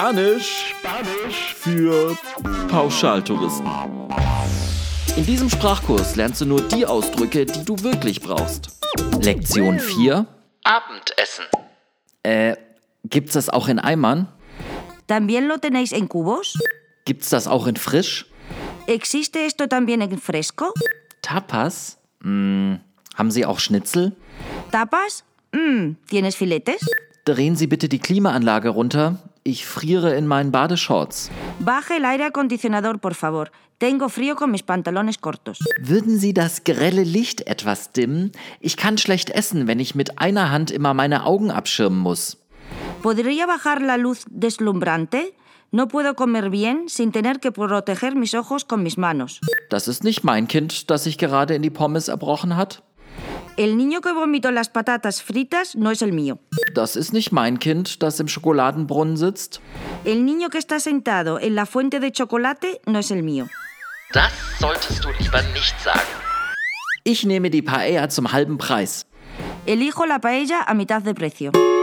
Spanisch, Spanisch für Pauschaltouristen. In diesem Sprachkurs lernst du nur die Ausdrücke, die du wirklich brauchst. Lektion 4. Abendessen. Äh, gibt's das auch in Eimern? ¿También lo tenéis en cubos? Gibt's das auch in frisch? ¿Existe esto también en fresco? Tapas? Hm, haben Sie auch Schnitzel? ¿Tapas? Mm, ¿Tienes filetes? Drehen Sie bitte die Klimaanlage runter. Ich friere in meinen Badeshorts. Baje el aire acondicionador, por favor. Tengo frío con mis pantalones cortos. Würden Sie das grelle Licht etwas dimmen? Ich kann schlecht essen, wenn ich mit einer Hand immer meine Augen abschirmen muss. ¿Podría bajar la luz deslumbrante? No puedo comer bien sin tener que proteger mis ojos con mis manos. Das ist nicht mein Kind, das sich gerade in die Pommes erbrochen hat. El niño que vomitó las patatas fritas no es el mío. Das ist nicht mein Kind, das im Schokoladenbrunnen sitzt. El niño que está sentado en la fuente de chocolate no es el mío. Das solltest du lieber nicht sagen. Ich nehme die Paella zum halben Preis. Elijo la paella a mitad de precio.